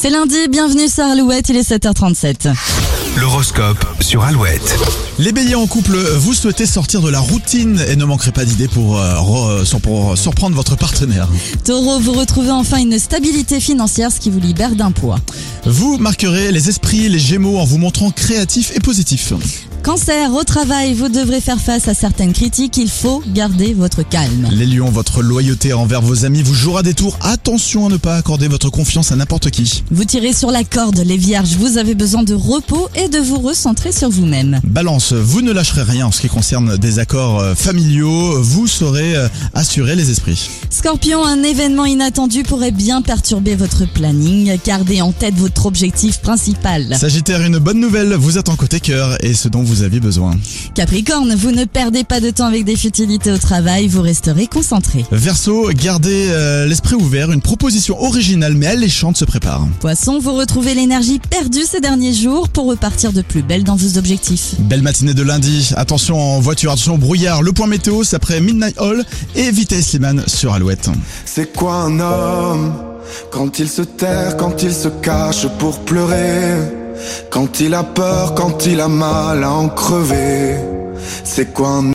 C'est lundi, bienvenue sur Alouette, il est 7h37. L'horoscope sur Alouette. Les béliers en couple, vous souhaitez sortir de la routine et ne manquerez pas d'idées pour, euh, re- sur- pour surprendre votre partenaire. Taureau, vous retrouvez enfin une stabilité financière, ce qui vous libère d'un poids. Vous marquerez les esprits, les gémeaux en vous montrant créatif et positif. Cancer, au travail, vous devrez faire face à certaines critiques, il faut garder votre calme. Les lions, votre loyauté envers vos amis vous jouera des tours. Attention à ne pas accorder votre confiance à n'importe qui. Vous tirez sur la corde, les vierges, vous avez besoin de repos et de vous recentrer sur vous-même. Balance, vous ne lâcherez rien en ce qui concerne des accords euh, familiaux. Vous saurez euh, assurer les esprits. Scorpion, un événement inattendu pourrait bien perturber votre planning, gardez en tête votre objectif principal. Sagittaire, une bonne nouvelle vous attend côté cœur et ce dont vous aviez besoin. Capricorne, vous ne perdez pas de temps avec des futilités au travail, vous resterez concentré. Verseau, gardez euh, l'esprit ouvert, une proposition originale mais alléchante se prépare. Poisson, vous retrouvez l'énergie perdue ces derniers jours pour repartir de plus belle dans vos objectifs. Belle matinée de lundi, attention en voiture, attention au brouillard, le point météo c'est après Midnight Hall et Vitesse Slimane sur Alouette. C'est quoi un homme quand il se terre, quand il se cache pour pleurer, quand il a peur, quand il a mal à en crever. C'est quoi un